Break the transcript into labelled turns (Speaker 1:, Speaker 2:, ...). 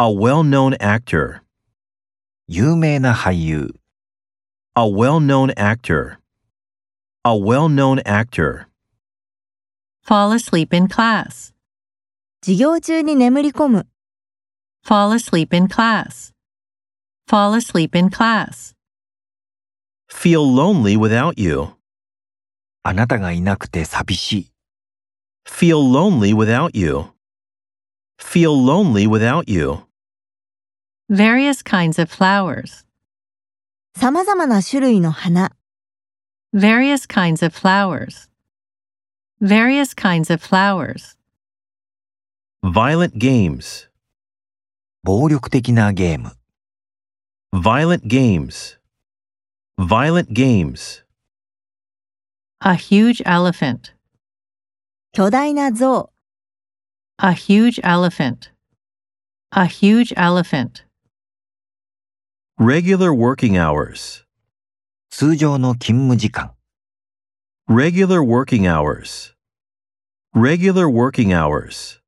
Speaker 1: A well known actor.
Speaker 2: 有名な俳優、
Speaker 1: A well known actor. A well known actor.
Speaker 3: Fall asleep in class.
Speaker 4: 授業中に眠り込む、
Speaker 3: Fall asleep in class. Fall asleep in class.
Speaker 1: Feel lonely without you.
Speaker 2: あなたがいなくて寂しい。
Speaker 1: Feel lonely without you. Feel lonely without you.
Speaker 3: Various kinds of flowers.
Speaker 4: 様々な種類の花、
Speaker 3: Various kinds of flowers. Various kinds of flowers.
Speaker 1: Violent games.
Speaker 2: 暴力的なゲーム、
Speaker 1: Violent games. Violent games.
Speaker 3: A huge elephant.
Speaker 4: 巨大な象、
Speaker 3: A huge elephant. A huge elephant.
Speaker 1: Regular working hours.
Speaker 2: 通常の勤務時間、
Speaker 1: Regular working hours. Regular working hours.